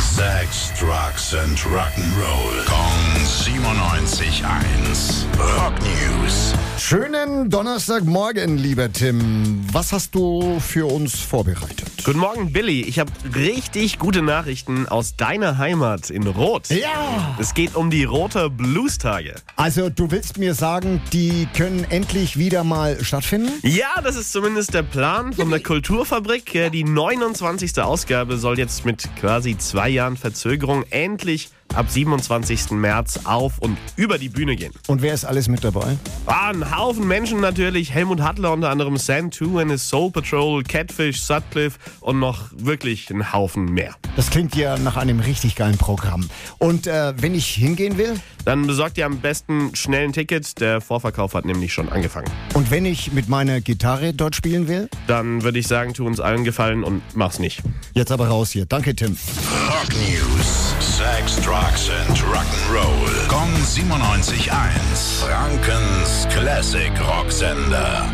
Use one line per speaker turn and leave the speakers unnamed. Sex, Drugs and Rock'n'Roll. Kong 97.1. Rock News.
Schönen Donnerstagmorgen, lieber Tim. Was hast du für uns vorbereitet?
Guten Morgen, Billy. Ich habe richtig gute Nachrichten aus deiner Heimat in Rot.
Ja!
Es geht um die Roter Blues-Tage.
Also, du willst mir sagen, die können endlich wieder mal stattfinden?
Ja, das ist zumindest der Plan von der Kulturfabrik. Äh, Die 29. Ausgabe soll jetzt mit quasi zwei Jahren Verzögerung endlich ab 27. März auf und über die Bühne gehen.
Und wer ist alles mit dabei?
Ah, ein Haufen Menschen natürlich. Helmut Hattler unter anderem, Santu and his Soul Patrol, Catfish, Sutcliffe und noch wirklich ein Haufen mehr.
Das klingt ja nach einem richtig geilen Programm. Und äh, wenn ich hingehen will
Dann besorgt ihr am besten schnell ein Ticket. Der Vorverkauf hat nämlich schon angefangen.
und wenn ich mit meiner Gitarre dort spielen will,
Dann würde ich sagen, tu uns allen Gefallen und mach's nicht.
jetzt aber raus hier. Danke, Tim.
Rock News. Sex, Drugs and Rock'n'Roll. Kong 97.1. Frankens Classic Rocksender.